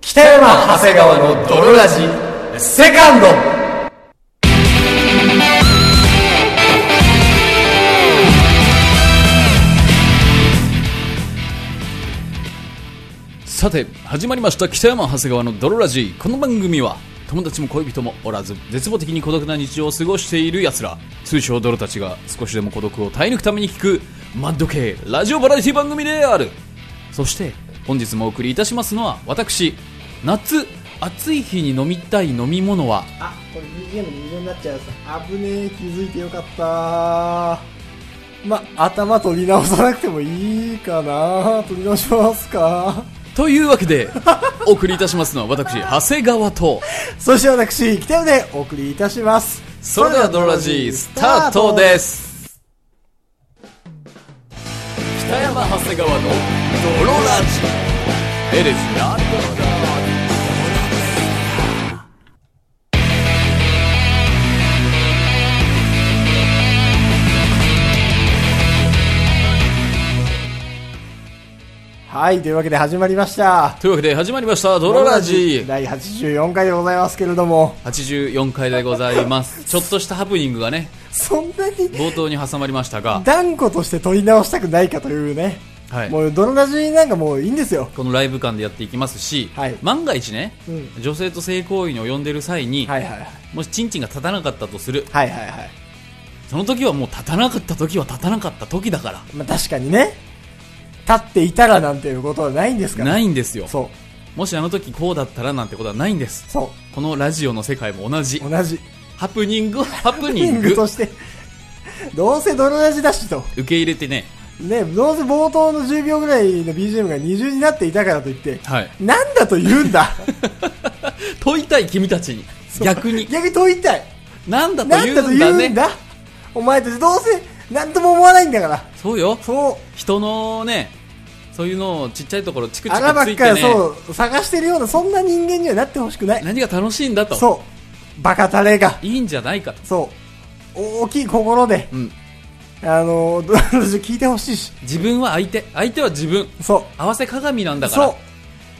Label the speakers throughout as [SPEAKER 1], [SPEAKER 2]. [SPEAKER 1] 北山長谷川の泥ラジセカンド
[SPEAKER 2] さて始まりました北山長谷川の泥ラジこの番組は友達も恋人もおらず絶望的に孤独な日常を過ごしている奴ら通称泥たちが少しでも孤独を耐え抜くために聞くマッド系ラジオバラエティ番組であるそして本日もお送りいたしますのは私夏暑い日に飲みたい飲み物は
[SPEAKER 3] あこれ BGM の無料になっちゃうさ危ねえ気づいてよかったまあ頭取り直さなくてもいいかな取り直しますか
[SPEAKER 2] というわけでお送りいたしますのは私長谷川と
[SPEAKER 3] そして私北山でお送りいたします
[SPEAKER 2] それでは泥ラジスタートです北山長谷川の泥ラジエレスな
[SPEAKER 3] はいというわけで始まりました
[SPEAKER 2] というわけで始まりました泥ラジ
[SPEAKER 3] 第84回でございますけれども
[SPEAKER 2] 84回でございますちょっとしたハプニングがね
[SPEAKER 3] そんなに
[SPEAKER 2] 冒頭に挟まりましたが、
[SPEAKER 3] 断固として取り直したくないかというね、
[SPEAKER 2] はい、
[SPEAKER 3] もうどのラジなんかもういいんですよ
[SPEAKER 2] このライブ感でやっていきますし、
[SPEAKER 3] はい
[SPEAKER 2] 万が一ね、
[SPEAKER 3] うん
[SPEAKER 2] 女性と性行為に及んでる際に、
[SPEAKER 3] はいはいはい
[SPEAKER 2] もしチンチンが立たなかったとする
[SPEAKER 3] はいはいはい
[SPEAKER 2] その時はもう立たなかった時は立たなかった時だから
[SPEAKER 3] まあ確かにね立っていたらなんていうことはないんですから
[SPEAKER 2] ないいんですよ
[SPEAKER 3] そ
[SPEAKER 2] もしあの時こうだったらなんてことはないんです
[SPEAKER 3] うそう
[SPEAKER 2] このラジオの世界も同じ
[SPEAKER 3] 同じ
[SPEAKER 2] ハプニン グはハプニ
[SPEAKER 3] リ
[SPEAKER 2] ン
[SPEAKER 3] ン
[SPEAKER 2] グ
[SPEAKER 3] グとしてどうせ泥ラジだしと、
[SPEAKER 2] 受け入れてね
[SPEAKER 3] ね、どうせ冒頭の10秒ぐらいの BGM が20になっていたからといって、
[SPEAKER 2] はい
[SPEAKER 3] なんだと言う んだ
[SPEAKER 2] 問いたい君たちに逆に
[SPEAKER 3] 逆に問いたい
[SPEAKER 2] なんだと
[SPEAKER 3] なん
[SPEAKER 2] 言
[SPEAKER 3] だと
[SPEAKER 2] う
[SPEAKER 3] 言
[SPEAKER 2] んだ
[SPEAKER 3] う
[SPEAKER 2] ね
[SPEAKER 3] んだお前たちどうせなんとも思わないんだから
[SPEAKER 2] そうよ
[SPEAKER 3] そう
[SPEAKER 2] 人のねそういうのをちっちゃいところチクチクつ
[SPEAKER 3] 穴ばっ
[SPEAKER 2] い
[SPEAKER 3] か
[SPEAKER 2] て
[SPEAKER 3] り
[SPEAKER 2] ね
[SPEAKER 3] そう探してるようなそんな人間にはなってほしくない
[SPEAKER 2] 何が楽しいんだと
[SPEAKER 3] そうバカタレが
[SPEAKER 2] いいんじゃないかと
[SPEAKER 3] そう大きい心で
[SPEAKER 2] うん
[SPEAKER 3] あの 泥ラジ聞いてほしいし
[SPEAKER 2] 自分は相手相手は自分
[SPEAKER 3] そ
[SPEAKER 2] 合わせ鏡なん
[SPEAKER 3] う
[SPEAKER 2] だか
[SPEAKER 3] そう
[SPEAKER 2] ら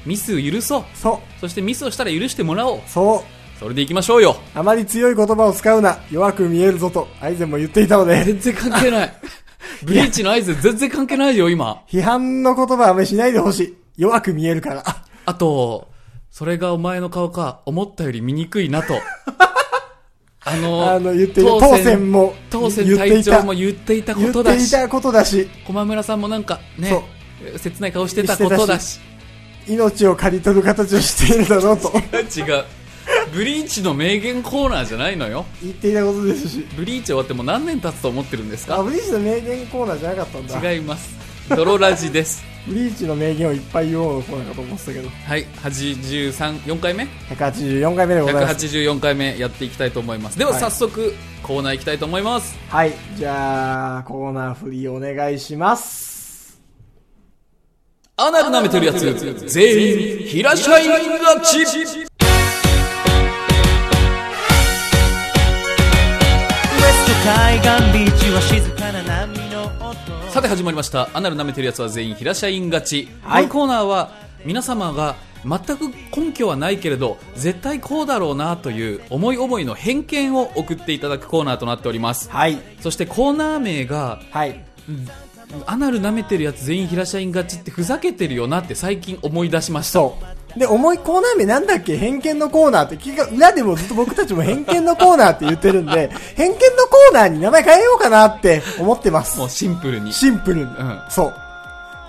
[SPEAKER 2] ミス許そう
[SPEAKER 3] そう
[SPEAKER 2] そしてミスをしたら許してもらおう
[SPEAKER 3] そう
[SPEAKER 2] それでいきましょうよ
[SPEAKER 3] あまり強い言葉を使うな、弱く見えるぞと、アイゼンも言っていたので、
[SPEAKER 2] 全然関係ない ブリーチの合図全然関係ないよ今
[SPEAKER 3] 批判の言葉はあまりしないでほしい。弱く見えるから。
[SPEAKER 2] あと、それがお前の顔か、思ったより醜いな と。あの、
[SPEAKER 3] あの、言っていた。当選も、
[SPEAKER 2] 当選
[SPEAKER 3] 言って
[SPEAKER 2] 隊
[SPEAKER 3] いた
[SPEAKER 2] 長も。言っていたこ
[SPEAKER 3] 言
[SPEAKER 2] と
[SPEAKER 3] っ
[SPEAKER 2] だ
[SPEAKER 3] てい
[SPEAKER 2] し、
[SPEAKER 3] たことだし、
[SPEAKER 2] 駒村さんもなんかね
[SPEAKER 3] そ、
[SPEAKER 2] 切ない顔してたことだし。
[SPEAKER 3] 命を刈り取る形をしているだろうと
[SPEAKER 2] 違う。ブリーチの名言コーナーじゃないのよ。
[SPEAKER 3] 言っていたことですし。
[SPEAKER 2] ブリーチ終わってもう何年経つと思ってるんです
[SPEAKER 3] あ、
[SPEAKER 2] か
[SPEAKER 3] ブリーチの名言コーナーじゃなかったんだ。
[SPEAKER 2] 違います。泥ラジです。
[SPEAKER 3] ブリーチの名言をいっぱい言おうのコーナーかと思ってたけど。
[SPEAKER 2] はい、83、4回目
[SPEAKER 3] 184回目でございます。
[SPEAKER 2] ?184 回目やっていきたいと思います。では
[SPEAKER 3] はい
[SPEAKER 2] 早速、コーナー行きたいと思います。
[SPEAKER 3] はい。じゃあ、コーナー振りお願いします。
[SPEAKER 2] アナル舐めてるやつ、全員、平社員勝ち
[SPEAKER 4] ウエスト海岸ビーチは静かな波の音
[SPEAKER 2] さて始まりました、アナル舐めてるやつは全員、平社員勝ち。
[SPEAKER 3] はい
[SPEAKER 2] このコーナーは、皆様が全く根拠はないけれど、絶対こうだろうなという、思い思いの偏見を送っていただくコーナーとなっております。
[SPEAKER 3] はい。
[SPEAKER 2] そしてコーナー名が、
[SPEAKER 3] はい。
[SPEAKER 2] アナル舐めてるやつ全員平社員勝ちってふざけてるよなって最近思い出しました。
[SPEAKER 3] そう。で、重いコーナー名なんだっけ偏見のコーナーって、結局裏でもずっと僕たちも偏見のコーナーって言ってるんで、 偏見のコーナーに名前変えようかなって思ってます
[SPEAKER 2] も。うシンプルに。
[SPEAKER 3] シンプルに。
[SPEAKER 2] ん
[SPEAKER 3] そ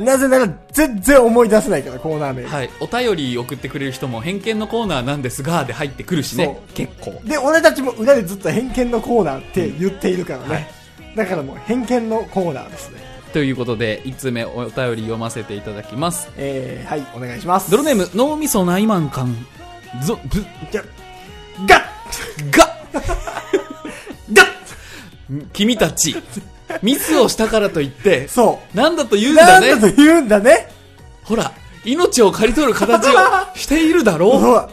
[SPEAKER 3] う。なぜなら、全然思い出せないから、コーナー名。
[SPEAKER 2] はい、お便り送ってくれる人も偏見のコーナーなんですがで入ってくるしね
[SPEAKER 3] そう
[SPEAKER 2] 結構
[SPEAKER 3] で、俺たちも裏でずっと偏見のコーナーって言っているからね。だからもう偏見のコーナーですね。
[SPEAKER 2] ということで1通目お便り読ませていただきます
[SPEAKER 3] えー、はい、お願いします。
[SPEAKER 2] ドロネーム脳みそないまんかんぞぶ
[SPEAKER 3] じゃ、ガッ
[SPEAKER 2] が
[SPEAKER 3] ガッ
[SPEAKER 2] 君たちミスをしたからといって
[SPEAKER 3] そ
[SPEAKER 2] なんだと言う
[SPEAKER 3] う。
[SPEAKER 2] ん
[SPEAKER 3] な
[SPEAKER 2] だ
[SPEAKER 3] んだ
[SPEAKER 2] ね
[SPEAKER 3] と言うんだね。
[SPEAKER 2] ほら命を刈り取る形をしているだ ろう
[SPEAKER 3] そう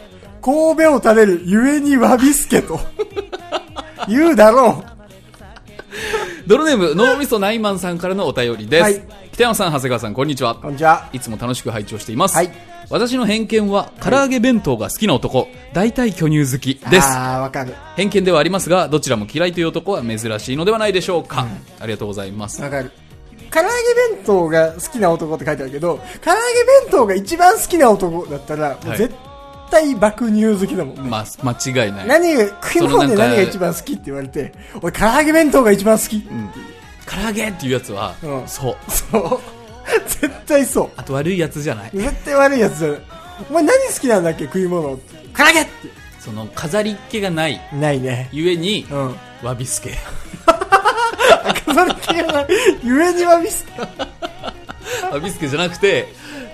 [SPEAKER 3] 神戸を垂れるゆえにわびす けと言うだろ
[SPEAKER 2] ドロネーム脳みそないまんさんからのお便りです、
[SPEAKER 3] はい
[SPEAKER 2] 北山さん長谷川さんこんにちは
[SPEAKER 3] うこんにちは
[SPEAKER 2] いつも楽しく拝聴しています、
[SPEAKER 3] はい
[SPEAKER 2] 私の偏見は唐揚げ弁当が好きな男大体巨乳好きです
[SPEAKER 3] あー、わかる。
[SPEAKER 2] 偏見ではありますがどちらも嫌いという男は珍しいのではないでしょうか、ありがとうございます
[SPEAKER 3] わかる。唐揚げ弁当が好きな男って書いてあるけど、唐揚げ弁当が一番好きな男だったら、も
[SPEAKER 2] は
[SPEAKER 3] う
[SPEAKER 2] い
[SPEAKER 3] 絶対爆乳好きだもんね。
[SPEAKER 2] まあ間違いない
[SPEAKER 3] 何が、食い物
[SPEAKER 2] そ
[SPEAKER 3] で
[SPEAKER 2] のなんか
[SPEAKER 3] 何が一番好きって言われて、俺唐揚げ弁当が一番好き。
[SPEAKER 2] 唐揚げっていうやつは、
[SPEAKER 3] うん
[SPEAKER 2] そう
[SPEAKER 3] そう。 絶対そう。
[SPEAKER 2] あと悪いやつじゃない
[SPEAKER 3] 絶対悪いやつだよ。お前何好きなんだっけ食い物。唐揚げって。
[SPEAKER 2] その飾りっ気がない
[SPEAKER 3] ないね。
[SPEAKER 2] ゆえに、
[SPEAKER 3] うん。
[SPEAKER 2] わびすけ
[SPEAKER 3] 飾り気がない。ゆえにはミス。
[SPEAKER 2] わびすけじゃなくて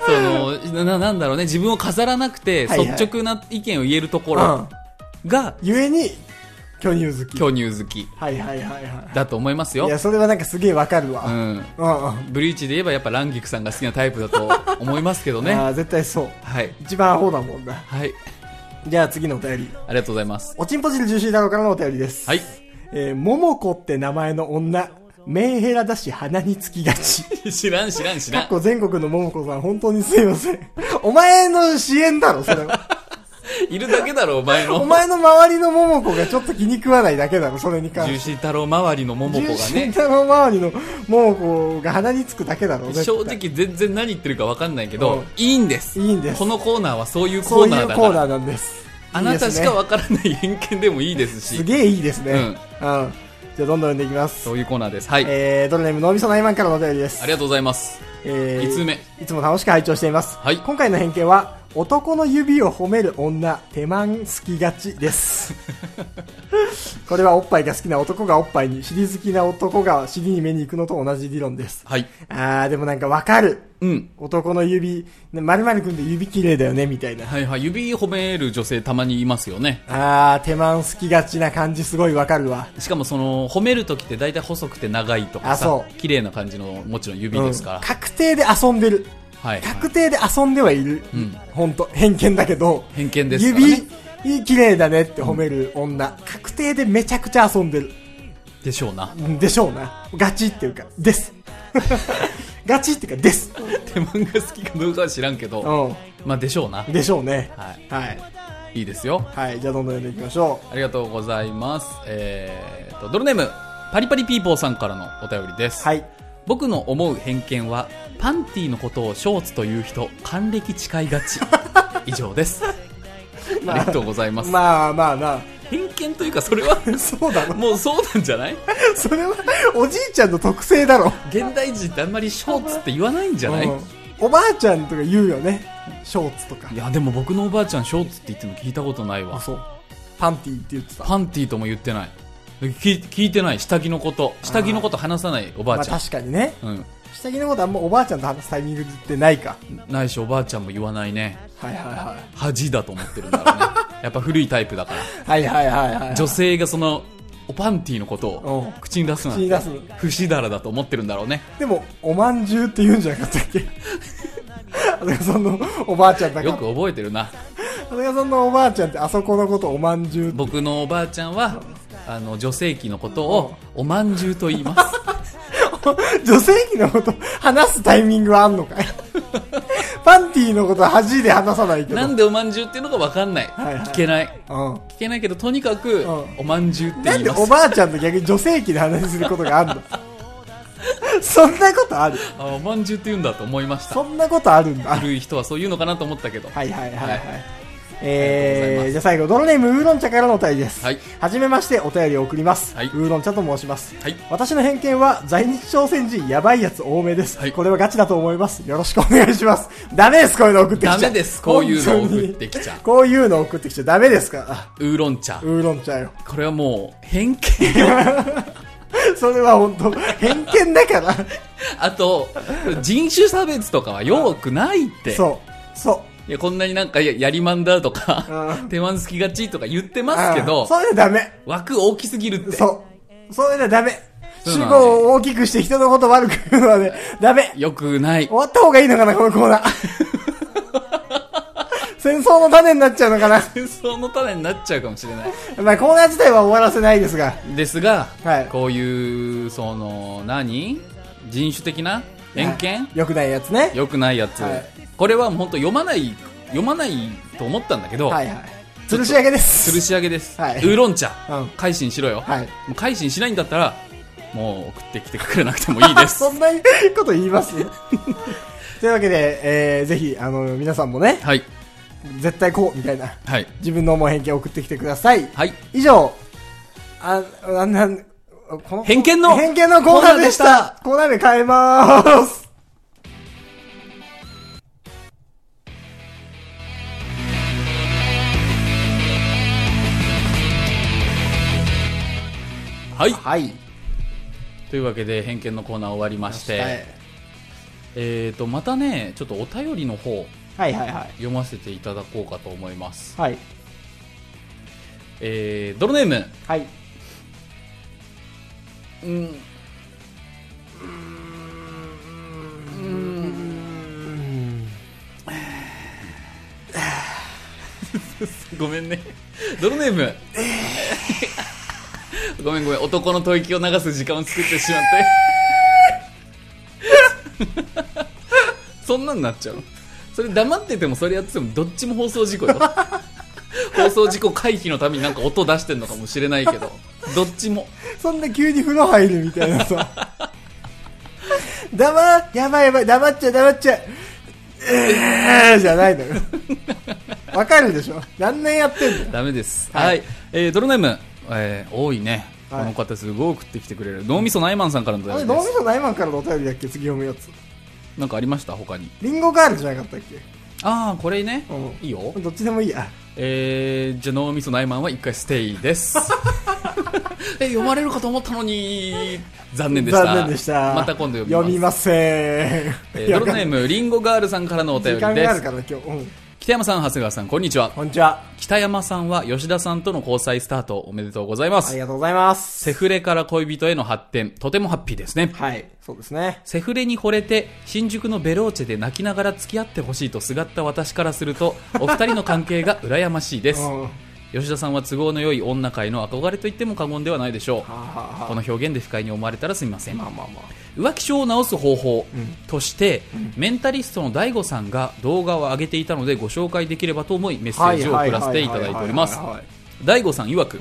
[SPEAKER 2] そのなななんだろうね自分を飾らなくて
[SPEAKER 3] はいはい
[SPEAKER 2] 率直な意見を言えるとこ
[SPEAKER 3] う
[SPEAKER 2] ろ
[SPEAKER 3] ん。
[SPEAKER 2] が
[SPEAKER 3] ゆえに、巨乳好き。
[SPEAKER 2] 巨乳好き
[SPEAKER 3] はいはいはいは
[SPEAKER 2] だと思います
[SPEAKER 3] い。い
[SPEAKER 2] よ
[SPEAKER 3] や、、それはなんかすげえわかる
[SPEAKER 2] う
[SPEAKER 3] わ。
[SPEAKER 2] ん、
[SPEAKER 3] うんうん。
[SPEAKER 2] ブリーチで言えばやっぱランギクさんが好きなタイプだと思いますけどね
[SPEAKER 3] あー絶対そう。
[SPEAKER 2] はい
[SPEAKER 3] 一番アホだもんな。
[SPEAKER 2] はい
[SPEAKER 3] じゃあ次のお便り。
[SPEAKER 2] ありがとうござい ます
[SPEAKER 3] おちんぽ汁ジューシー太郎からのお便りです。
[SPEAKER 2] はい。
[SPEAKER 3] えー、ももこって名前の女、メンヘラだし鼻につきがち。
[SPEAKER 2] 知らん知らん知ら
[SPEAKER 3] かっ
[SPEAKER 2] ん
[SPEAKER 3] こ全国のももこさん、本当にすいません。お前の支援だろ、それは。
[SPEAKER 2] いるだけだろ お前の
[SPEAKER 3] お前の周りのももこがちょっと気に食わないだけだろ、それに関
[SPEAKER 2] 重
[SPEAKER 3] して。
[SPEAKER 2] 心太郎周りの桃子がね
[SPEAKER 3] 太郎周りのももこが鼻につくだけだろ、絶対
[SPEAKER 2] 正。直全然何言ってるか分かんないけ
[SPEAKER 3] う
[SPEAKER 2] ど
[SPEAKER 3] ん
[SPEAKER 2] いいんです
[SPEAKER 3] いいんです
[SPEAKER 2] このコーナーはそういうコ
[SPEAKER 3] そ
[SPEAKER 2] ー
[SPEAKER 3] う
[SPEAKER 2] ナ
[SPEAKER 3] い
[SPEAKER 2] ー
[SPEAKER 3] う
[SPEAKER 2] だ
[SPEAKER 3] コ
[SPEAKER 2] か
[SPEAKER 3] ーナ
[SPEAKER 2] ら
[SPEAKER 3] ーなんです。
[SPEAKER 2] あなたしか
[SPEAKER 3] いいですね
[SPEAKER 2] 分からない偏見でもいいです
[SPEAKER 3] す
[SPEAKER 2] し
[SPEAKER 3] げえいいですね。
[SPEAKER 2] う
[SPEAKER 3] うんん。じゃあどんどん読んでいきます
[SPEAKER 2] そ。ういうコーナーですはいあ
[SPEAKER 3] えー、ドルネーム脳みそナイマンからのお便りです。
[SPEAKER 2] りがとうございます
[SPEAKER 3] えー
[SPEAKER 2] 五つ目
[SPEAKER 3] いつも楽しく拝聴しています。
[SPEAKER 2] はい
[SPEAKER 3] 今回の偏見は、男の指を褒める女、手満好きがち です。これはおっぱいが好きな男がおっぱいに、尻好きな男が尻に目に行くのと同じ理論です。
[SPEAKER 2] はい
[SPEAKER 3] あー、でもなんかわかる。
[SPEAKER 2] うん
[SPEAKER 3] 男の指、まるまるくんで指綺麗だよね、みたいな。
[SPEAKER 2] はいはい指褒める女性たまにいますよね
[SPEAKER 3] あー、手満好きがちな感じすごいわかるわ。
[SPEAKER 2] しかもその褒める時って大体細くて長いとか
[SPEAKER 3] あ
[SPEAKER 2] さ
[SPEAKER 3] そう
[SPEAKER 2] 綺麗な感じのもちろん指ですから、
[SPEAKER 3] うん確定で遊んでる。
[SPEAKER 2] はい
[SPEAKER 3] 確定で遊んではいる。
[SPEAKER 2] ん
[SPEAKER 3] 本当偏見だけど。
[SPEAKER 2] 偏見ですからね
[SPEAKER 3] 指、いい綺麗だねって褒める女。確定でめちゃくちゃ遊んでる。
[SPEAKER 2] でしょうな
[SPEAKER 3] うんでしょうな。ガチっていうか、です。 ガチっていうか、です。
[SPEAKER 2] 手間が好きかどうかは知らんけど、
[SPEAKER 3] う。
[SPEAKER 2] まあでしょうなん
[SPEAKER 3] でしょうね。
[SPEAKER 2] はい
[SPEAKER 3] はい。
[SPEAKER 2] いいですよ
[SPEAKER 3] はい。じゃあどんどん読んでいきましょう。
[SPEAKER 2] ありがとうございます。えー、と、ドルネーム、パリパリピーポーさんからのお便りです。
[SPEAKER 3] はい。
[SPEAKER 2] 僕の思う偏見は、パンティのことをショーツという人、還暦誓いが ち。以上です。ありがとうございます。
[SPEAKER 3] まあまあな。
[SPEAKER 2] 偏見というか、それは、
[SPEAKER 3] そうだろ。
[SPEAKER 2] もうそうなんじゃない
[SPEAKER 3] それは、おじいちゃんの特性だろ。
[SPEAKER 2] 現代人ってあんまりショーツって言わないんじゃない、
[SPEAKER 3] うん
[SPEAKER 2] い
[SPEAKER 3] おばあちゃんとか言うよね。ショーツとか。
[SPEAKER 2] や、でも僕のおばあちゃん、ショーツって言っても聞いたことない
[SPEAKER 3] あ、
[SPEAKER 2] わ。
[SPEAKER 3] そう。パンティーって言ってた。
[SPEAKER 2] パンティとも言ってない。聞聞いてない、下着のこと。下着のこと話さないおばあちゃん
[SPEAKER 3] まあ、。確かにね。
[SPEAKER 2] うん。
[SPEAKER 3] 下着のことあんまおばあちゃんと話すタイミングってないか。
[SPEAKER 2] ないし、おばあちゃんも言わないね。
[SPEAKER 3] はいはいは
[SPEAKER 2] 恥だと思ってるんだろうねやっぱ古いタイプだから
[SPEAKER 3] い。はいはいはいはい。
[SPEAKER 2] 女性がそのおパンティのことを
[SPEAKER 3] うん
[SPEAKER 2] 口に出すなん
[SPEAKER 3] 口に
[SPEAKER 2] て
[SPEAKER 3] 出す
[SPEAKER 2] 不死だらだと思ってるんだろうね
[SPEAKER 3] でも、おまんじゅうって言うんじゃなかったっ けあずかさんのおばあちゃんだか
[SPEAKER 2] よ
[SPEAKER 3] ら。
[SPEAKER 2] く覚えてるな
[SPEAKER 3] あずかさんのおばあちゃんってあそこのことおまんじゅうって。
[SPEAKER 2] 僕のおばあちゃんはあの女性器のことをおまんじゅうと言います
[SPEAKER 3] 女性器のこと話すタイミングはあんの かいパンティーのことは恥で話さないけど。
[SPEAKER 2] な
[SPEAKER 3] なん
[SPEAKER 2] んでおまんじゅうっていうのか分かんない、
[SPEAKER 3] はいはい
[SPEAKER 2] 聞けない
[SPEAKER 3] うん、
[SPEAKER 2] 聞けないけどとにかく
[SPEAKER 3] ん
[SPEAKER 2] おまんじゅうって
[SPEAKER 3] な
[SPEAKER 2] 言
[SPEAKER 3] ん
[SPEAKER 2] い
[SPEAKER 3] で
[SPEAKER 2] ます
[SPEAKER 3] おばあちゃんと逆に女性器で話することがあん のそんなことある
[SPEAKER 2] あおまんじゅうって言うんだと思いました
[SPEAKER 3] そんなことあるんだ。
[SPEAKER 2] 古い人はそう言うのかなと思ったけど
[SPEAKER 3] はいはいはいは
[SPEAKER 2] はいい。ありがとうござい
[SPEAKER 3] え
[SPEAKER 2] ま
[SPEAKER 3] ー、
[SPEAKER 2] す
[SPEAKER 3] じゃあ最後、ドロネームウーロン茶からのお便りです。
[SPEAKER 2] はい
[SPEAKER 3] じめまして、お便りを送ります。
[SPEAKER 2] はい
[SPEAKER 3] ウーロン茶と申します。
[SPEAKER 2] はい
[SPEAKER 3] 私の偏見は、在日朝鮮人やばいやつ多めです。
[SPEAKER 2] はい
[SPEAKER 3] これはガチだと思います。よろしくお願いします。ダメです、こういうの送ってきちゃ
[SPEAKER 2] ダメですこういうの送ってきちゃう
[SPEAKER 3] 本当にこういうの送ってきちゃダメですから。
[SPEAKER 2] ウーロン茶
[SPEAKER 3] ウーロン茶よ。
[SPEAKER 2] これはもう偏見
[SPEAKER 3] それは本当偏見だから。
[SPEAKER 2] あと、人種差別とかはよくないって。
[SPEAKER 3] そう。そう。
[SPEAKER 2] いや、こんなになんかややりまんだとか
[SPEAKER 3] う、
[SPEAKER 2] 手間つきがちとか言ってますけど
[SPEAKER 3] あー、それでダメ。
[SPEAKER 2] 枠大きすぎるって。
[SPEAKER 3] そう。それでダメ。
[SPEAKER 2] そうな
[SPEAKER 3] 主
[SPEAKER 2] んだ
[SPEAKER 3] 語を大きくして人のこと悪く言うのはね、ダメ。
[SPEAKER 2] よくない
[SPEAKER 3] 終。わった方がいいのかな、このコー ナー。戦争の種になっちゃうのかな。
[SPEAKER 2] 戦争の種になっちゃうかもしれない。
[SPEAKER 3] まあ、コーナー自体は終わらせないですが。
[SPEAKER 2] ですが、
[SPEAKER 3] はい
[SPEAKER 2] こういう、その、何人種的な偏見
[SPEAKER 3] よくないやつね。
[SPEAKER 2] 良くないやつ
[SPEAKER 3] はい
[SPEAKER 2] これはもう本当読まない読まないと思ったんだけど、
[SPEAKER 3] はいはい。吊るし上げです。
[SPEAKER 2] 吊るし上げです、
[SPEAKER 3] はい
[SPEAKER 2] ウーロン茶、
[SPEAKER 3] うん
[SPEAKER 2] 改心しろよ、
[SPEAKER 3] はい
[SPEAKER 2] もう改心しないんだったらもう送ってきてくれなくてもいいです
[SPEAKER 3] そんなこと言います というわけで、えーぜひ、あの、皆さんもね、
[SPEAKER 2] はい
[SPEAKER 3] 絶対こう、みたいな、
[SPEAKER 2] はい
[SPEAKER 3] 自分の思う偏見を送ってきてください。
[SPEAKER 2] はい
[SPEAKER 3] 以上、あ、あんなん、この
[SPEAKER 2] 偏見の
[SPEAKER 3] 偏見のコーナーでした。コーナーで変えまーす。
[SPEAKER 2] はい
[SPEAKER 3] はい。
[SPEAKER 2] というわけで偏見のコーナー終わりまして、えーとまたねちょっとお便りの方
[SPEAKER 3] はいはいはい。
[SPEAKER 2] 読ませていただこうかと思います、
[SPEAKER 3] はい。
[SPEAKER 2] えー、ドロネーム
[SPEAKER 3] はい。
[SPEAKER 2] うんごめんね。ドロネーム。ごめんごめん。男の吐息を流す時間を作ってしまって。そんなんなっちゃうのそれ黙っててもそれやっててもどっちも放送事故よ。放送事故回避のためになんか音出してんのかもしれないけど。どっちも。
[SPEAKER 3] そんな急に風呂入るみたいな さ。黙っ、やばいやばい、黙っちゃう黙っちゃう。えー、じゃないのよ。わかるでしょ何年やってんのよ
[SPEAKER 2] ダメです。
[SPEAKER 3] はい
[SPEAKER 2] はい。えードロネーム、えー多いね。こ
[SPEAKER 3] はい
[SPEAKER 2] の方すごい送ってきてくれる。脳みそナイマンさんからのお
[SPEAKER 3] あれ、
[SPEAKER 2] 便り
[SPEAKER 3] ど
[SPEAKER 2] で
[SPEAKER 3] う見
[SPEAKER 2] す。
[SPEAKER 3] てもナイマンからのお便りだっけ次読むやつ。
[SPEAKER 2] なんかありました他に。
[SPEAKER 3] リンゴガールじゃなかったっけ
[SPEAKER 2] ああ、これね。
[SPEAKER 3] うん
[SPEAKER 2] いいよ。
[SPEAKER 3] どっちでもいいや。
[SPEAKER 2] えー、じゃあ脳みそナイマンは一回ステイです。 え、読まれるかと思ったのに、残念でした。
[SPEAKER 3] 残念でした。
[SPEAKER 2] また今度読みます。
[SPEAKER 3] 読みません。
[SPEAKER 2] えードロネーム、リンゴガールさんからのお便
[SPEAKER 3] 時
[SPEAKER 2] り
[SPEAKER 3] 間
[SPEAKER 2] で
[SPEAKER 3] がある
[SPEAKER 2] す。
[SPEAKER 3] から今日。うん。
[SPEAKER 2] 北山さん、長谷川さん、こんにちは。
[SPEAKER 3] こんにちは。
[SPEAKER 2] 北山さんは吉田さんとの交際スタートおめでとうございま
[SPEAKER 3] あ
[SPEAKER 2] す
[SPEAKER 3] り。がとうございます。
[SPEAKER 2] セフレから恋人への発展、とてもハッピーですね。
[SPEAKER 3] はい。そうですね。
[SPEAKER 2] セフレに惚れて新宿のベローチェで泣きながら付き合ってほしいとすがった私からするとお二人の関係が羨ましいで
[SPEAKER 3] う
[SPEAKER 2] す
[SPEAKER 3] ん。は
[SPEAKER 2] 吉田さんは都合の良い女界の憧れと言っても過言ではないでしょう
[SPEAKER 3] あ、はあは
[SPEAKER 2] この表現で不快に思われたらすみません
[SPEAKER 3] あ、まあまあま
[SPEAKER 2] 浮気症を治す方法として、メンタリストの DAIGO さんが動画を上げていたのでご紹介できればと思いメッセ
[SPEAKER 3] あ。は
[SPEAKER 2] ージを送らせていただいております
[SPEAKER 3] はいはいはいはいはい
[SPEAKER 2] DAIGO さん曰く、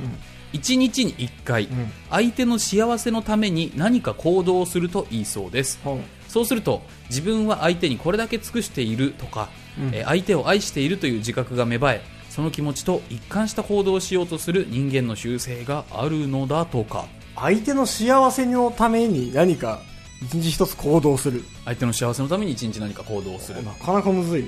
[SPEAKER 2] 1日に1回、
[SPEAKER 3] ん
[SPEAKER 2] 相手の幸せのために何か行動をするといいそうです
[SPEAKER 3] うん
[SPEAKER 2] そうすると自分は相手にこれだけ尽くしているとか、えー相手を愛しているという自覚が芽生えその気持ちと一貫した行動をしようとする人間の習性があるのだとか
[SPEAKER 3] 相手の幸せのために何か一日一つ行動する
[SPEAKER 2] 相手の幸せのために一日何か行動をする
[SPEAKER 3] なかなかむずいね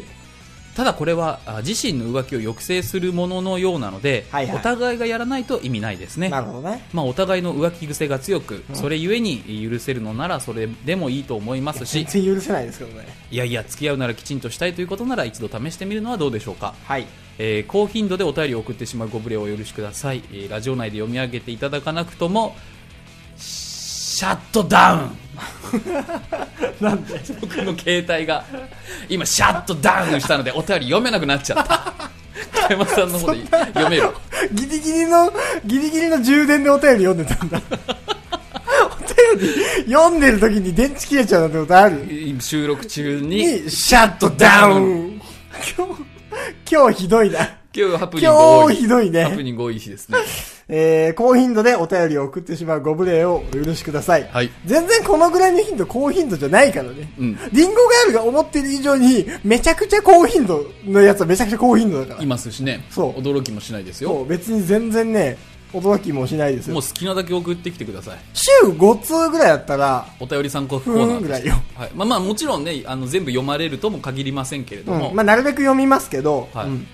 [SPEAKER 2] ただこれはあ自身の浮気を抑制するもののようなので、
[SPEAKER 3] はいはい
[SPEAKER 2] お互いがやらないと意味ないですね
[SPEAKER 3] なるほどね
[SPEAKER 2] まあ、お互いの浮気癖が強く、それゆえに許せるのならそれでもいいと思いますし
[SPEAKER 3] 全然許せないですけどね
[SPEAKER 2] いやいや付き合うならきちんとしたいということなら一度試してみるのはどうでしょうか
[SPEAKER 3] はい
[SPEAKER 2] えー高頻度でお便りを送ってしまうご無礼をお許しください、えーラジオ内で読み上げていただかなくともシャットダウン
[SPEAKER 3] なんで
[SPEAKER 2] 僕の携帯が今シャットダウンしたのでお便り読めなくなっちゃった 北山さんの方で読める
[SPEAKER 3] ギリギリのギリギリの充電でお便り読んでたんだお便り読んでる時に電池切れちゃうなんてことある
[SPEAKER 2] 収録中に
[SPEAKER 3] にシャットダウン今日今日ひどいな
[SPEAKER 2] 今日ハプニング多
[SPEAKER 3] 今
[SPEAKER 2] い
[SPEAKER 3] 日ひどい
[SPEAKER 2] ハプ
[SPEAKER 3] ね、
[SPEAKER 2] ニング多い日ですね
[SPEAKER 3] えー、高頻度でお便りを送ってしまうご無礼をお許しください
[SPEAKER 2] はい
[SPEAKER 3] 全然このぐらいの頻度高頻度じゃないからね、
[SPEAKER 2] うん
[SPEAKER 3] リンゴガールが思ってる以上にめちゃくちゃ高頻度のやつはめちゃくちゃ高頻度だから
[SPEAKER 2] いますしね
[SPEAKER 3] そう
[SPEAKER 2] 驚きもしないです
[SPEAKER 3] そ
[SPEAKER 2] よ
[SPEAKER 3] う別に全然ね驚きもしないです
[SPEAKER 2] も
[SPEAKER 3] よ
[SPEAKER 2] う好きなだけ送ってきてください
[SPEAKER 3] 週5通ぐらいだったら
[SPEAKER 2] お便り参考
[SPEAKER 3] ふ
[SPEAKER 2] コーナ
[SPEAKER 3] ー
[SPEAKER 2] ー
[SPEAKER 3] んぐ
[SPEAKER 2] と
[SPEAKER 3] ら
[SPEAKER 2] し
[SPEAKER 3] い
[SPEAKER 2] て
[SPEAKER 3] よ、
[SPEAKER 2] はいまあ、まあもちろんねあの全部読まれるとも限りませんけれど
[SPEAKER 3] う
[SPEAKER 2] も、
[SPEAKER 3] んまあ、なるべく読みますけど、
[SPEAKER 2] はい
[SPEAKER 3] うん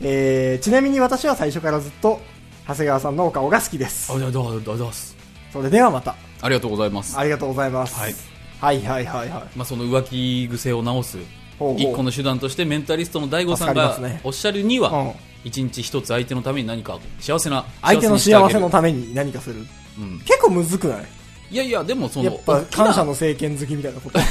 [SPEAKER 3] えーちなみに私は最初からずっと長谷川さんのお顔が好きです
[SPEAKER 2] ありがとうございます。
[SPEAKER 3] それではまた
[SPEAKER 2] ありがとうございます。
[SPEAKER 3] ありがとうございます、
[SPEAKER 2] はい
[SPEAKER 3] はいはいはいはい
[SPEAKER 2] まあ、その浮気癖を直す
[SPEAKER 3] ほうほう
[SPEAKER 2] 一個の手段としてメンタリストの DAIGO さん
[SPEAKER 3] 助か
[SPEAKER 2] が
[SPEAKER 3] りますね
[SPEAKER 2] おっしゃるに
[SPEAKER 3] う
[SPEAKER 2] は
[SPEAKER 3] ん
[SPEAKER 2] 一日一つ相手のために何か幸せな
[SPEAKER 3] 相手の
[SPEAKER 2] にしてあげ
[SPEAKER 3] 幸
[SPEAKER 2] る
[SPEAKER 3] せのために何かする
[SPEAKER 2] うん、
[SPEAKER 3] 結構むずくない
[SPEAKER 2] いやいやでもそ
[SPEAKER 3] や
[SPEAKER 2] の
[SPEAKER 3] っぱ
[SPEAKER 2] 大きな
[SPEAKER 3] 感謝の政権好きみたいなことか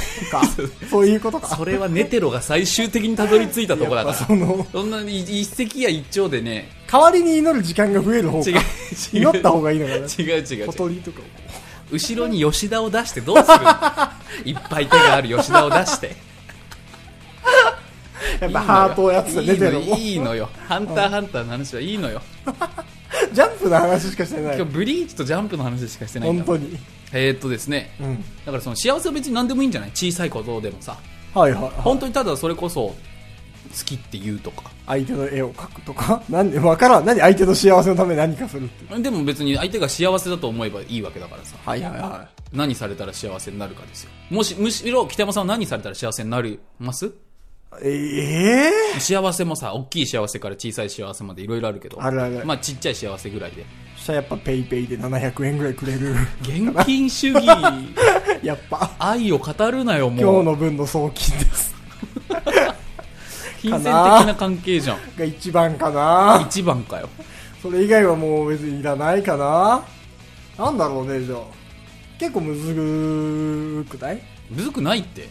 [SPEAKER 3] そういうことか
[SPEAKER 2] それはネテロが最終的にたどり着いたところだから
[SPEAKER 3] やっぱその
[SPEAKER 2] そんなに一石や一鳥でね
[SPEAKER 3] 代わりに祈る時間が増える方
[SPEAKER 2] 違う違
[SPEAKER 3] が
[SPEAKER 2] う
[SPEAKER 3] 祈った方がいいのかな
[SPEAKER 2] 違う違う違う
[SPEAKER 3] 小鳥とか
[SPEAKER 2] 後ろに吉田を 出してどうするいっぱい手がある吉田を出して
[SPEAKER 3] やっぱハートをやってたね、
[SPEAKER 2] いい
[SPEAKER 3] ゼ
[SPEAKER 2] の
[SPEAKER 3] ロも。
[SPEAKER 2] いいのよ。ハンターハンターの話はいいのよ。
[SPEAKER 3] ジャンプの話しかしてな
[SPEAKER 2] 今日。
[SPEAKER 3] い
[SPEAKER 2] ブリーチとジャンプの話しかしてないん
[SPEAKER 3] 本
[SPEAKER 2] だ。
[SPEAKER 3] 当に。
[SPEAKER 2] えーっとですね。
[SPEAKER 3] うん。
[SPEAKER 2] だからその幸せは別に何でもいいんじゃない小さいことでもさ。
[SPEAKER 3] はいはいはい。
[SPEAKER 2] 本当にただそれこそ、好きって言うとか。
[SPEAKER 3] 相手の絵を描くとか何わからん。何相手の幸せのために何かするって。
[SPEAKER 2] でも別に相手が幸せだと思えばいいわけだからさ。
[SPEAKER 3] はいはいは
[SPEAKER 2] 何されたら幸せになるかですよ。もし、むしろ北山さんは何されたら幸せになります
[SPEAKER 3] い。ええ
[SPEAKER 2] 幸せもさ、大きい幸せから小さい幸せまでいろいろあるけど。
[SPEAKER 3] あるある
[SPEAKER 2] まあちっちゃい幸せぐらいで。
[SPEAKER 3] そしたらやっぱペイペイで700円ぐらいくれる。
[SPEAKER 2] 現金主義、
[SPEAKER 3] やっぱ、
[SPEAKER 2] 愛を語るなよ、もう。
[SPEAKER 3] 今日の分の送金です。
[SPEAKER 2] 金銭的な関係じゃん。
[SPEAKER 3] が一番かな
[SPEAKER 2] 一番かよ。
[SPEAKER 3] それ以外はもう別にいらないかななんだろうね、じゃあ。結構むずくない
[SPEAKER 2] むずくないって。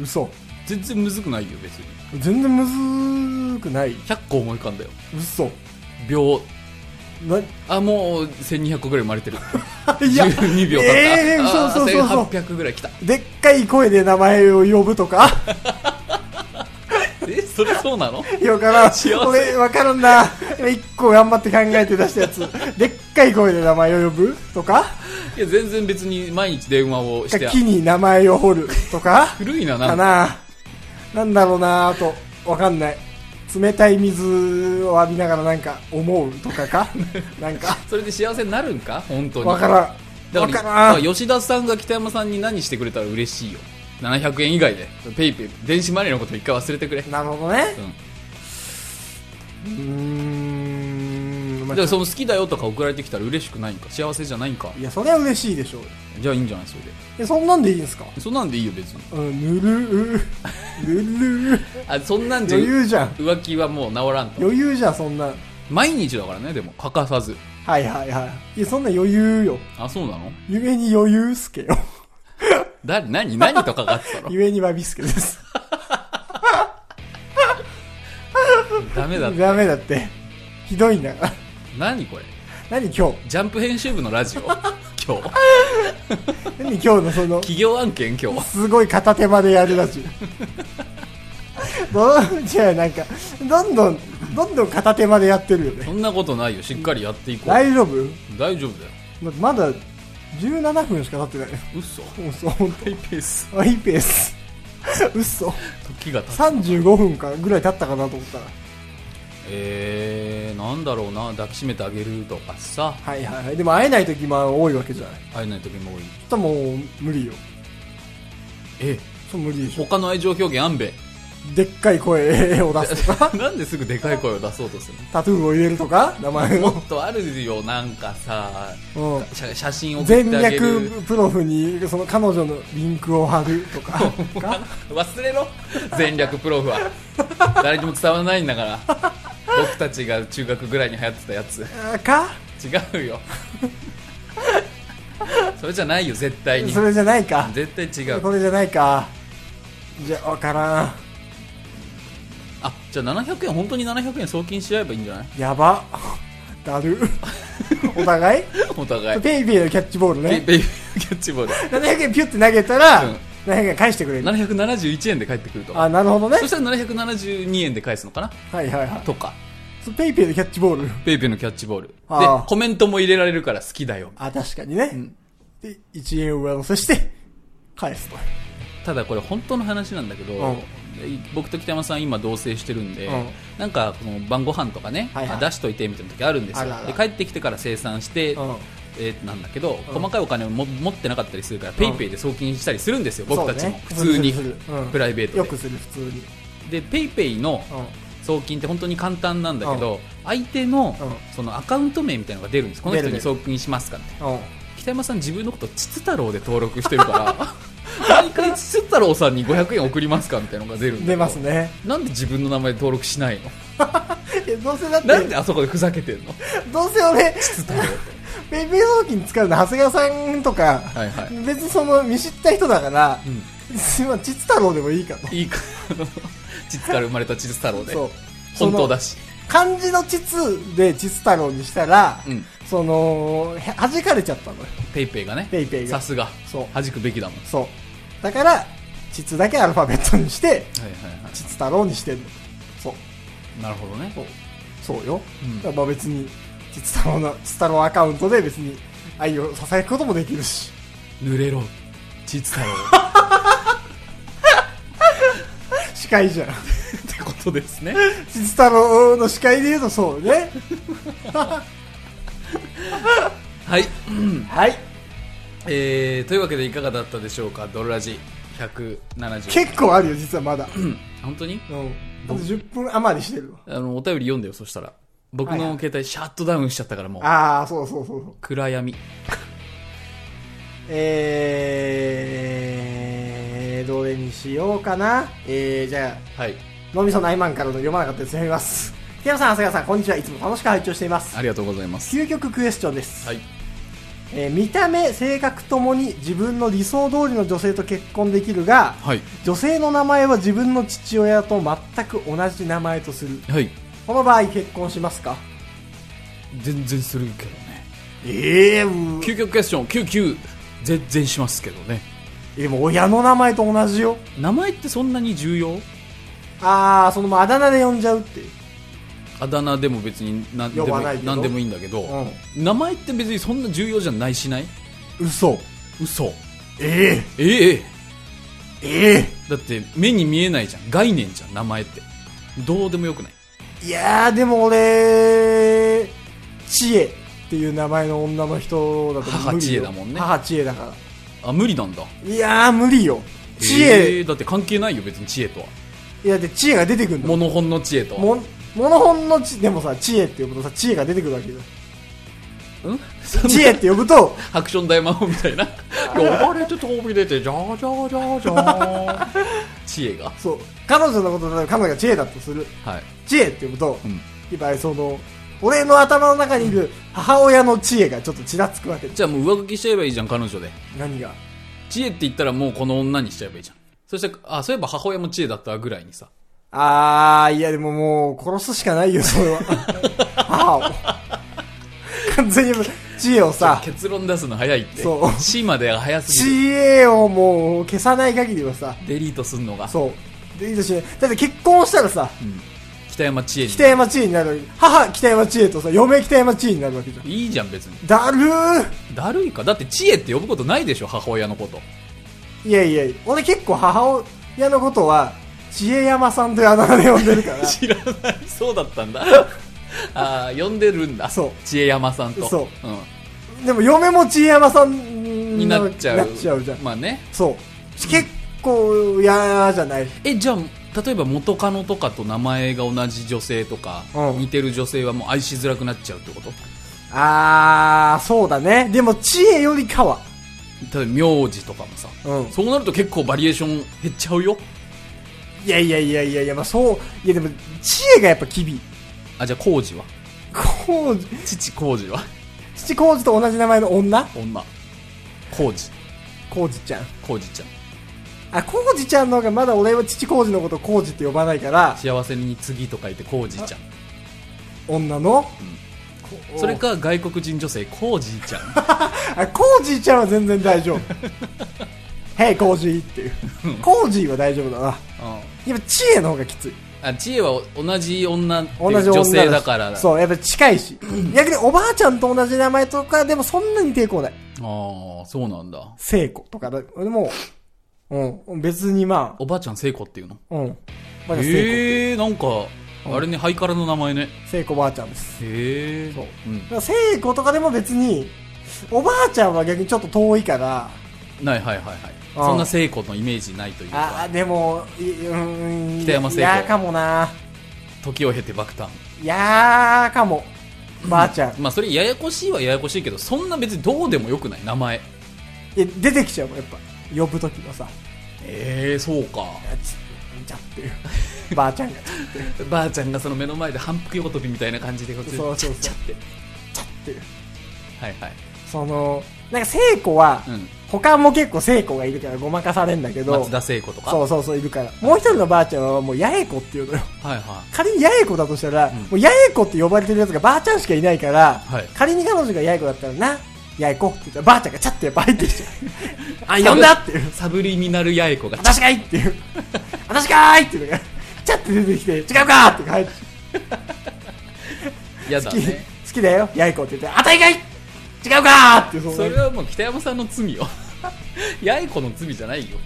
[SPEAKER 3] 嘘。
[SPEAKER 2] 全然むずくないよ、別に。
[SPEAKER 3] 全然むずくない
[SPEAKER 2] 100個思い浮かんだよ。
[SPEAKER 3] 嘘。
[SPEAKER 2] 秒。
[SPEAKER 3] な、
[SPEAKER 2] あ、もう1200個ぐらい生まれてる。
[SPEAKER 3] いや、
[SPEAKER 2] 12秒経った。
[SPEAKER 3] ええ
[SPEAKER 2] あー
[SPEAKER 3] そうそうそうそう
[SPEAKER 2] 1800ぐらい来た。
[SPEAKER 3] でっかい声で名前を呼ぶとか
[SPEAKER 2] え、それそうなの
[SPEAKER 3] よからん
[SPEAKER 2] 幸せ。
[SPEAKER 3] 俺、わかるんだ。一個頑張って考えて出したやつ。でっかい声で名前を呼ぶとか
[SPEAKER 2] いや、全然別に毎日電話をして、
[SPEAKER 3] 木に名前を彫るとか
[SPEAKER 2] 古いな、な
[SPEAKER 3] か
[SPEAKER 2] んか。
[SPEAKER 3] ななんだろうなあと、わかんない。冷たい水を浴びながらなんか思うとか かなんか、
[SPEAKER 2] それで幸せになるんか本当に。
[SPEAKER 3] わからん。
[SPEAKER 2] だ
[SPEAKER 3] わ
[SPEAKER 2] から
[SPEAKER 3] から
[SPEAKER 2] だ
[SPEAKER 3] ん。
[SPEAKER 2] から吉田さんが北山さんに何してくれたら嬉しいよ。700円以外で。ペイペイ、電子マネーのこと一回忘れてくれ。
[SPEAKER 3] なるほどね。
[SPEAKER 2] うん
[SPEAKER 3] うーん。まあ
[SPEAKER 2] じゃあその好きだよとか送られてきたら嬉しくないんか幸せじゃないんか
[SPEAKER 3] いや、それは嬉しいでしょう。
[SPEAKER 2] じゃあいいんじゃないそれで
[SPEAKER 3] え、そんなんでいいんですか
[SPEAKER 2] そんなんでいいよ別に
[SPEAKER 3] う ん、ぬるう、ぬるう。
[SPEAKER 2] あそんなんじゃ
[SPEAKER 3] 余裕じゃん。
[SPEAKER 2] 浮気はもう治らんと
[SPEAKER 3] 余裕じゃん、そんなん。
[SPEAKER 2] 毎日だからねでも欠かさず
[SPEAKER 3] はいはいはい。いや、そんな余裕よ。
[SPEAKER 2] あそうなの
[SPEAKER 3] ゆえに余裕っ すけよ。
[SPEAKER 2] 誰何何とかかってたの
[SPEAKER 3] ゆえにわびすけです。
[SPEAKER 2] ダメだって
[SPEAKER 3] ダメだって。ひどいんだから。
[SPEAKER 2] 何これ
[SPEAKER 3] 何今日
[SPEAKER 2] ジャンプ編集部のラジ オ今日
[SPEAKER 3] 何今日のその、
[SPEAKER 2] 企業案件今日
[SPEAKER 3] すごい片手間でやるラジオ。どうじゃあなんか、どんどん、どんどん片手間でやってるよね。
[SPEAKER 2] そんなことないよしっかりやっていこう
[SPEAKER 3] 大丈夫
[SPEAKER 2] 大丈夫だよ
[SPEAKER 3] まだ17分しか経ってない。
[SPEAKER 2] 嘘
[SPEAKER 3] 嘘、ほんと。
[SPEAKER 2] ハイペース
[SPEAKER 3] ハイペース。嘘。
[SPEAKER 2] 時が経つ
[SPEAKER 3] 35分かぐらい経ったかなと思ったら。
[SPEAKER 2] えー、なんだろうな抱きしめてあげるとかさ
[SPEAKER 3] はいはいはい。でも会えない時も多いわけじゃない。ち
[SPEAKER 2] 会えない時も多い
[SPEAKER 3] ょっともう無理よ。
[SPEAKER 2] え
[SPEAKER 3] そう無理でしょ。
[SPEAKER 2] 他の愛情表現安兵衛、
[SPEAKER 3] でっかい声を出すとか
[SPEAKER 2] なんですぐでかい声を出そうとする
[SPEAKER 3] タトゥーを入れるとか、名前
[SPEAKER 2] の
[SPEAKER 3] を
[SPEAKER 2] も。っとあるよなんかさ
[SPEAKER 3] うん。
[SPEAKER 2] 写写真を送
[SPEAKER 3] 全
[SPEAKER 2] ってあげる
[SPEAKER 3] 略プロフにその彼女のリンクを貼るとか
[SPEAKER 2] 忘れろ全略プロフは誰にも伝わらないんだから僕たちが中学ぐらいに流行ってたやつ
[SPEAKER 3] か
[SPEAKER 2] 違うよそれじゃないよ絶対に
[SPEAKER 3] それじゃないか
[SPEAKER 2] 絶対違う
[SPEAKER 3] これじゃないかじゃあわからん
[SPEAKER 2] あじゃあ700円本当に700円送金し合えばいいんじゃない
[SPEAKER 3] やばだ るお互い
[SPEAKER 2] お互い
[SPEAKER 3] ペイペイのキャッチボール
[SPEAKER 2] ベ
[SPEAKER 3] ね
[SPEAKER 2] ベイビーキャッチボール
[SPEAKER 3] 700円ピュって投げたら、
[SPEAKER 2] うん
[SPEAKER 3] 700円返してくれる
[SPEAKER 2] 771円で返ってくると
[SPEAKER 3] あなるほどね
[SPEAKER 2] そしたら772円で返すのかな
[SPEAKER 3] はいはいはい
[SPEAKER 2] とか
[SPEAKER 3] そうペイペイのキャッチボール
[SPEAKER 2] ペイペイのキャッチボール。で
[SPEAKER 3] ああ、
[SPEAKER 2] コメントも入れられるから好きだよ。
[SPEAKER 3] あ確かにね、で1円を上乗せして返すと
[SPEAKER 2] ただこれ本当の話なんだけど、
[SPEAKER 3] うん
[SPEAKER 2] 僕と北山さん今同棲してるんで、
[SPEAKER 3] うん
[SPEAKER 2] なんかこの晩ご飯とかね、
[SPEAKER 3] はいはい
[SPEAKER 2] あ出しといてみたいな時あるんですよ。
[SPEAKER 3] あらあら
[SPEAKER 2] で、帰ってきてから生産して、
[SPEAKER 3] うん
[SPEAKER 2] えーなんだけど、細かいお金をも持ってなかったりするから、ペイペイで送金したりするんですよ、僕たちも。普
[SPEAKER 3] そうね
[SPEAKER 2] 通に
[SPEAKER 3] するするうん、
[SPEAKER 2] プライベートで。
[SPEAKER 3] よくする普通に
[SPEAKER 2] で、ペイペイの
[SPEAKER 3] うん
[SPEAKER 2] 送金って本当に簡単なんだけど、相手の
[SPEAKER 3] う
[SPEAKER 2] そのアカウント名みたいなのが出るんです。この人
[SPEAKER 3] 出る
[SPEAKER 2] に
[SPEAKER 3] 出る
[SPEAKER 2] 送金しますかって。
[SPEAKER 3] うん
[SPEAKER 2] 北山さん自分のこと「ちつ太郎」で登録してるから毎回「ちつ太郎さんに500円送りますか?」みたいなのが出るんだけど
[SPEAKER 3] 出ますね
[SPEAKER 2] なんで自分の名前で登録しないの
[SPEAKER 3] えどうせだって
[SPEAKER 2] なんであそこでふざけてんの
[SPEAKER 3] どうせ俺
[SPEAKER 2] つ 太郎って
[SPEAKER 3] ペイペイ送金使うの長谷川さんとか、
[SPEAKER 2] はいは
[SPEAKER 3] 別にその見知った人だから、
[SPEAKER 2] ん
[SPEAKER 3] すまん、ちつ太郎でもいいかと。
[SPEAKER 2] いいかちつから生まれたちつ太郎で
[SPEAKER 3] そう。
[SPEAKER 2] 本当だし
[SPEAKER 3] その漢字のちつでちつ太郎にしたら、
[SPEAKER 2] うん
[SPEAKER 3] その、へ弾かれちゃったのよ。
[SPEAKER 2] ペイペイがね
[SPEAKER 3] ペイペイが
[SPEAKER 2] さすが
[SPEAKER 3] そう
[SPEAKER 2] 弾くべきだもん
[SPEAKER 3] そう。だから、膣だけアルファベットにして、
[SPEAKER 2] はいはいは
[SPEAKER 3] 膣太郎にしてんの。そう。
[SPEAKER 2] い。なるほどね。
[SPEAKER 3] そうそうよ、
[SPEAKER 2] うん
[SPEAKER 3] だからまあ別につ太郎のつ太郎アカウントで別に愛を囁くこともできるし
[SPEAKER 2] 濡れろ。ちつ太郎。
[SPEAKER 3] 司会じゃん
[SPEAKER 2] ってことですね。
[SPEAKER 3] つ太郎の司会で言うとそうね
[SPEAKER 2] はい。
[SPEAKER 3] はい
[SPEAKER 2] えー、というわけでいかがだったでしょうか、ドルラジ170。
[SPEAKER 3] 結構あるよ実はまだうん
[SPEAKER 2] 本当に
[SPEAKER 3] あと10分余りしてるわ
[SPEAKER 2] あの、お便り読んでよ、そしたら。僕
[SPEAKER 3] はい
[SPEAKER 2] の
[SPEAKER 3] はい
[SPEAKER 2] 携帯シャットダウンしちゃったからもう。
[SPEAKER 3] ああそうそうそうそう
[SPEAKER 2] 暗闇。
[SPEAKER 3] えーどれにしようかなえー、じゃあ
[SPEAKER 2] はい。
[SPEAKER 3] 脳みそないまんからの読まなかったやつ読みます平野さん長谷川さんこんにちはいつも楽しく拝聴しています
[SPEAKER 2] ありがとうございます。
[SPEAKER 3] 究極クエスチョンです
[SPEAKER 2] はい。
[SPEAKER 3] えー見た目性格ともに自分の理想通りの女性と結婚できるが
[SPEAKER 2] はい。
[SPEAKER 3] 女性の名前は自分の父親と全く同じ名前とする
[SPEAKER 2] はい。
[SPEAKER 3] この場合結婚しますか
[SPEAKER 2] 全然するけどね。
[SPEAKER 3] ええー、
[SPEAKER 2] 究極クエスチョン、99。全然しますけどね。
[SPEAKER 3] でも親の名前と同じよ
[SPEAKER 2] 名前ってそんなに重要
[SPEAKER 3] ああそのまああだ名で呼んじゃうっていう
[SPEAKER 2] あだ名でも別に何で
[SPEAKER 3] 呼
[SPEAKER 2] も
[SPEAKER 3] ばないけど
[SPEAKER 2] 何でもいいんだけど、
[SPEAKER 3] う
[SPEAKER 2] 名前って別にそんな重要じゃないしない
[SPEAKER 3] 嘘
[SPEAKER 2] 嘘
[SPEAKER 3] え
[SPEAKER 2] ええ
[SPEAKER 3] えええ
[SPEAKER 2] だって目に見えないじゃん概念じゃん名前ってどうでもよくない
[SPEAKER 3] いやーでも俺知恵っていう名前の女の人だと
[SPEAKER 2] 母
[SPEAKER 3] 無理よ
[SPEAKER 2] 知恵だもんね
[SPEAKER 3] 母知恵だか
[SPEAKER 2] あ無理なんだ
[SPEAKER 3] らいやー無理よ知恵、
[SPEAKER 2] ええだって関係ないよ別に知恵とはい
[SPEAKER 3] や、で、知恵が出てくるんだも
[SPEAKER 2] モノホンの知恵とは
[SPEAKER 3] ん。モノホンの知、でもさ、知恵って呼ぶとさ、知恵が出てくるわけだよ。
[SPEAKER 2] んそんな
[SPEAKER 3] 知恵って呼ぶと、
[SPEAKER 2] ハクション大魔王みた いな呼ばれて飛び出てじゃーじゃーじゃーじゃー 知恵が
[SPEAKER 3] そう、彼女のことだ彼女が知恵だとする。
[SPEAKER 2] はい
[SPEAKER 3] 知恵って呼ぶと、
[SPEAKER 2] うん
[SPEAKER 3] 今、その、俺の頭の中にいる母親の知恵がちょっとちらつくわけだ。
[SPEAKER 2] じゃあもう上書きしちゃえばいいじゃん彼女で
[SPEAKER 3] 何が
[SPEAKER 2] 知恵って言ったらもうこの女にしちゃえばいいじゃん。そして、あ、そういえば母親も知恵だったぐらいにさ。
[SPEAKER 3] あー、いやでももう、殺すしかないよ、それは。 母を。完全に、知恵をさ、
[SPEAKER 2] 結論出すの早いって。
[SPEAKER 3] そう
[SPEAKER 2] 死までが早す
[SPEAKER 3] 知
[SPEAKER 2] ぎる。
[SPEAKER 3] 恵をもう消さない限りはさ、
[SPEAKER 2] デリートすんのが。
[SPEAKER 3] そう。で、いいとしねだって結婚したらさ、
[SPEAKER 2] 北山知恵に。
[SPEAKER 3] 北山知恵になるわけ母北山知恵とさ嫁北山知恵になるわけじゃん
[SPEAKER 2] いいじゃん別に。
[SPEAKER 3] だるー
[SPEAKER 2] だるいか。だって知恵って呼ぶことないでしょ、母親のこと。
[SPEAKER 3] いやいや俺結構母親のことは知恵山さんというあだ名で呼んで るから
[SPEAKER 2] 知らない。そうだったん だ。あー呼んでるんだ。
[SPEAKER 3] そう
[SPEAKER 2] 知恵山さんと。
[SPEAKER 3] そ
[SPEAKER 2] うん。
[SPEAKER 3] でも嫁も知恵山さん
[SPEAKER 2] になっちゃう。
[SPEAKER 3] なっちゃうじゃん、
[SPEAKER 2] まあね。
[SPEAKER 3] そう結構嫌じゃない
[SPEAKER 2] え、じゃあ、例えば元カノとかと名前が同じ女性とか、
[SPEAKER 3] うん
[SPEAKER 2] 似てる女性はもう愛しづらくなっちゃうってこと
[SPEAKER 3] あーそうだねでも知恵よりかは
[SPEAKER 2] 例えば名字とかもさ、
[SPEAKER 3] うん
[SPEAKER 2] そうなると結構バリエーション減っちゃうよ
[SPEAKER 3] いやいやいやいやいやまあそういやでも知恵がやっぱ機微
[SPEAKER 2] あじゃあ浩二は
[SPEAKER 3] こう
[SPEAKER 2] 父浩二は
[SPEAKER 3] 父浩二と同じ名前の女
[SPEAKER 2] 女浩二
[SPEAKER 3] 浩二ちゃん
[SPEAKER 2] 浩二ちゃん
[SPEAKER 3] あ、コウジちゃんの方がまだ俺は父コウジのことコウジって呼ばないから、
[SPEAKER 2] 幸せに次と書いて浩二ちゃん
[SPEAKER 3] 女の、こ
[SPEAKER 2] それ。か外国人女性浩二 ちゃん
[SPEAKER 3] あ、コウジちゃんは全然大丈夫。 ヘイコウジっていう。コウジは大丈夫だな。
[SPEAKER 2] うん
[SPEAKER 3] やっぱ知恵の方がきつい。
[SPEAKER 2] あ知恵は同じ女っていう
[SPEAKER 3] 同じ女
[SPEAKER 2] 女性
[SPEAKER 3] し
[SPEAKER 2] だからう
[SPEAKER 3] そう、やっぱ近い し。逆におばあちゃんと同じ名前とかでもそんなに抵抗ない。
[SPEAKER 2] ああそうなんだ
[SPEAKER 3] 聖子とかだ。でも、うん、別にま
[SPEAKER 2] おばあちゃん聖子っていうの
[SPEAKER 3] あ、うん。まだ聖子っていう。
[SPEAKER 2] へえー、なんかあれねハイカラの名前ね
[SPEAKER 3] 聖子ばあちゃんです。
[SPEAKER 2] へえ
[SPEAKER 3] そう
[SPEAKER 2] うん
[SPEAKER 3] だから聖子とかでも別に、おばあちゃんは逆にちょっと遠いから、
[SPEAKER 2] ないはいはいはい
[SPEAKER 3] あー
[SPEAKER 2] そんな聖子のイメージないという
[SPEAKER 3] あ
[SPEAKER 2] か
[SPEAKER 3] ーでもいうん
[SPEAKER 2] 北山聖子
[SPEAKER 3] いやかもな
[SPEAKER 2] 時を経て爆誕
[SPEAKER 3] いやかもばあちゃん、
[SPEAKER 2] まあそれややこしいはややこしいけどそんな別にどうでもよくない名前
[SPEAKER 3] いや出てきちゃうもんやっぱ呼ぶ時のさ
[SPEAKER 2] ええそうか
[SPEAKER 3] あちちゃっていう ばあちゃんがちゃっ
[SPEAKER 2] ばあちゃんがその目の前で反復横跳びみたいな感じでこう
[SPEAKER 3] そうそうそ
[SPEAKER 2] ちゃ
[SPEAKER 3] う
[SPEAKER 2] っちゃって
[SPEAKER 3] ていう
[SPEAKER 2] はいはい
[SPEAKER 3] そのなんか聖子は、
[SPEAKER 2] うん
[SPEAKER 3] 他も結構聖子がいるからごまかされんだけど
[SPEAKER 2] 松田聖子とか
[SPEAKER 3] そうそうそういるからもう一人のばあちゃんはもう八重子っていうのよ
[SPEAKER 2] はいは
[SPEAKER 3] 仮に八重子だとしたら、もう八重子って呼ばれてるやつがばあちゃんしかいないから、
[SPEAKER 2] はい
[SPEAKER 3] 仮に彼女が八重子だったらないや、行こうって言ったら、ばあちゃんがちゃってやっぱ入ってきて、 あ、呼んだっていう。
[SPEAKER 2] サブリミナル八重子が
[SPEAKER 3] 私がいいっていう。 私がいいっていうのが、ちゃって出てきて、違うかって帰って、
[SPEAKER 2] 嫌だ
[SPEAKER 3] 好き
[SPEAKER 2] ね
[SPEAKER 3] 好きだよ、やいこって言って、あたいがいい違うかっていう、
[SPEAKER 2] そ
[SPEAKER 3] そ
[SPEAKER 2] れ
[SPEAKER 3] の
[SPEAKER 2] はもう北山さんの罪よ 八重子の罪じゃないよ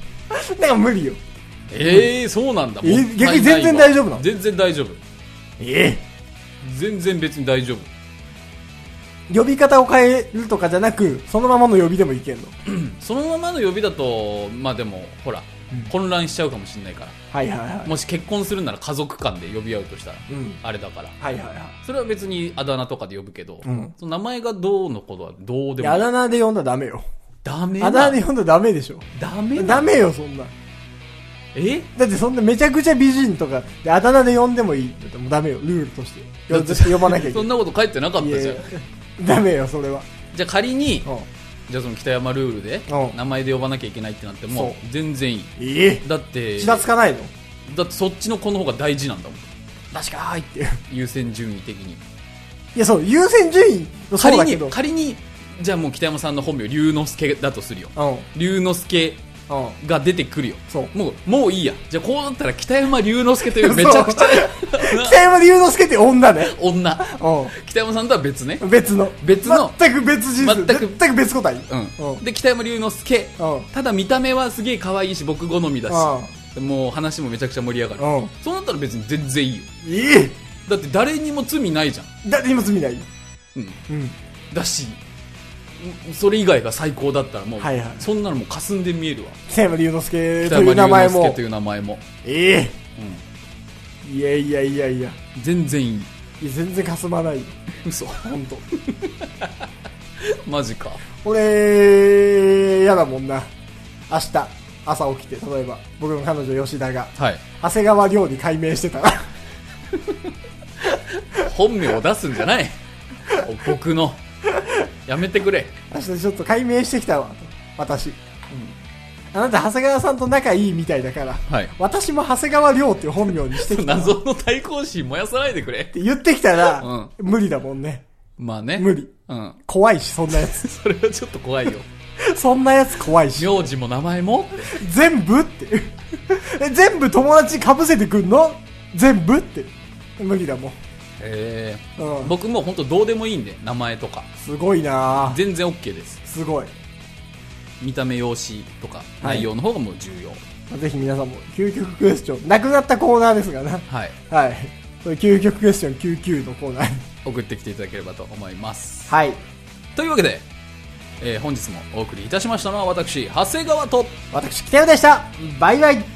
[SPEAKER 3] なんか無理よ。
[SPEAKER 2] ええー、そうなんだ
[SPEAKER 3] え
[SPEAKER 2] もったいないわ
[SPEAKER 3] 逆に全然大丈夫なの
[SPEAKER 2] 全然大丈夫
[SPEAKER 3] え
[SPEAKER 2] 全然別に大丈夫
[SPEAKER 3] え。呼び方を変えるとかじゃなく、そのままの呼びでもいけんの。
[SPEAKER 2] そのままの呼びだとまあでもほら、混乱しちゃうかもしれないから
[SPEAKER 3] はいはいはい。
[SPEAKER 2] もし結婚するなら家族間で呼び合うとしたら、
[SPEAKER 3] うん
[SPEAKER 2] あれだから
[SPEAKER 3] はいはいはい。
[SPEAKER 2] それは別にあだ名とかで呼ぶけど、
[SPEAKER 3] ん
[SPEAKER 2] その名前がどうのことはどうで
[SPEAKER 3] いや
[SPEAKER 2] も
[SPEAKER 3] あだ名で呼んだらダメよ。
[SPEAKER 2] ダメ
[SPEAKER 3] あだ名で呼んだらダメでしょ。
[SPEAKER 2] ダメだ
[SPEAKER 3] ダメよ、そんな。
[SPEAKER 2] え
[SPEAKER 3] だってそんなめちゃくちゃ美人とか、であだ名で呼んでもいい。だってもうダメよ、ルールとして。
[SPEAKER 2] だ
[SPEAKER 3] よ
[SPEAKER 2] って
[SPEAKER 3] 絶対呼ばなきゃいけ
[SPEAKER 2] そ
[SPEAKER 3] ない
[SPEAKER 2] ん。なこと書いてなかっ
[SPEAKER 3] い
[SPEAKER 2] たじゃん
[SPEAKER 3] やダメよ、それは。
[SPEAKER 2] じゃあ仮に
[SPEAKER 3] うん。
[SPEAKER 2] じゃあその北山ルールで
[SPEAKER 3] うん
[SPEAKER 2] 名前で呼ばなきゃいけないってなっても
[SPEAKER 3] そ
[SPEAKER 2] 全然いい
[SPEAKER 3] ええ。
[SPEAKER 2] だって
[SPEAKER 3] ちらつかないの
[SPEAKER 2] だってそっちの子の方が大事なんだもん
[SPEAKER 3] 確かーいっていう。
[SPEAKER 2] 優先順位的に
[SPEAKER 3] いや、そう、優先順位のそう
[SPEAKER 2] 仮
[SPEAKER 3] だけど。
[SPEAKER 2] に仮にじゃあもう北山さんの本名龍之介だとするよ
[SPEAKER 3] うん。うん。
[SPEAKER 2] 龍之介が出てくるよ
[SPEAKER 3] そう。
[SPEAKER 2] もうもういいやじゃあこうなったら北山龍之介と いうめちゃくち ゃ
[SPEAKER 3] 北山龍之介って女ね。
[SPEAKER 2] 女
[SPEAKER 3] う
[SPEAKER 2] 北山さんとは別ね
[SPEAKER 3] ん。別の。
[SPEAKER 2] 別の
[SPEAKER 3] 全く別人
[SPEAKER 2] 全
[SPEAKER 3] 種。
[SPEAKER 2] く
[SPEAKER 3] 全く別個体。
[SPEAKER 2] う
[SPEAKER 3] うんん
[SPEAKER 2] で北山龍之介
[SPEAKER 3] うん
[SPEAKER 2] ただ見た目はすげえ可愛いし僕好みだしもう話もめちゃくちゃ盛り上がる
[SPEAKER 3] うん
[SPEAKER 2] そうなったら別に全然いいよ
[SPEAKER 3] ええ。
[SPEAKER 2] だって誰にも罪ないじゃん、
[SPEAKER 3] だって今罪ない。
[SPEAKER 2] うん、
[SPEAKER 3] うん。
[SPEAKER 2] だしんそれ以外が最高だったらもう、
[SPEAKER 3] はいはい
[SPEAKER 2] そんなのもう霞んで見えるわ
[SPEAKER 3] 北山龍之介
[SPEAKER 2] 北
[SPEAKER 3] とい
[SPEAKER 2] 山
[SPEAKER 3] う名前
[SPEAKER 2] 龍之介
[SPEAKER 3] も
[SPEAKER 2] と。いう名前も
[SPEAKER 3] ええ。いやいやいやいや。
[SPEAKER 2] 全然いい
[SPEAKER 3] いや全然かすまないよ。
[SPEAKER 2] 嘘
[SPEAKER 3] 本当。
[SPEAKER 2] マジか
[SPEAKER 3] 俺、嫌だもんな。明日、朝起きて、例えば、僕の彼女吉田が、
[SPEAKER 2] はい
[SPEAKER 3] 長谷川亮に改名して たら、
[SPEAKER 2] 本名を出すんじゃない僕のやめてく れ
[SPEAKER 3] 明日ちょっと改名してきたわ、と私。あなた、長谷川さんと仲いいみたいだから、
[SPEAKER 2] はい
[SPEAKER 3] 私も長谷川亮っていう本名にしてきたわ。っ
[SPEAKER 2] 謎の対抗心燃やさないでくれ
[SPEAKER 3] て言ってきたら、
[SPEAKER 2] うん
[SPEAKER 3] 無理だもんね。
[SPEAKER 2] まあね
[SPEAKER 3] 無理
[SPEAKER 2] うん
[SPEAKER 3] 怖いし、そんなやつ。
[SPEAKER 2] それはちょっと怖いよ
[SPEAKER 3] そんなやつ怖いし。
[SPEAKER 2] 名字も名前も
[SPEAKER 3] 全部って。え全部友達被せてくんの全部って。無理だもん。
[SPEAKER 2] ええ
[SPEAKER 3] うん
[SPEAKER 2] 僕もう本当どうでもいいんで名前とか
[SPEAKER 3] すごいなぁ。
[SPEAKER 2] 全然 OK です
[SPEAKER 3] すごい。
[SPEAKER 2] 見た目用紙とか
[SPEAKER 3] はい
[SPEAKER 2] 内容の方がもう重要
[SPEAKER 3] ぜひ皆さんも、究極クエスチョン、なくなったコーナーですがな。
[SPEAKER 2] はい、
[SPEAKER 3] はい。それ究極クエスチョン99のコーナーに。
[SPEAKER 2] 送ってきていただければと思います
[SPEAKER 3] はい。
[SPEAKER 2] というわけで、えー本日もお送りいたしましたのは私長谷川と
[SPEAKER 3] 私、北野でした。バイバイ。